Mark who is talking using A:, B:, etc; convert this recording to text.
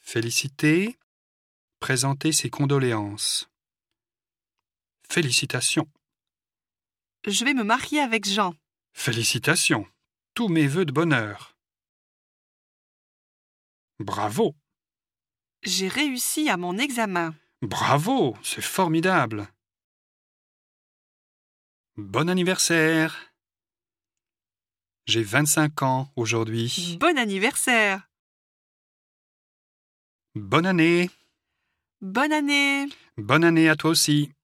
A: Féliciter. Présenter ses condoléances. Félicitations.
B: Je vais me marier avec Jean.
A: Félicitations. Tous mes vœux de bonheur. Bravo.
B: J'ai réussi à mon examen.
A: Bravo. C'est formidable. Bon anniversaire. J'ai 25 ans aujourd'hui.
B: Bon anniversaire.
A: Bonne année.
B: Bonne année.
A: Bonne année à toi aussi.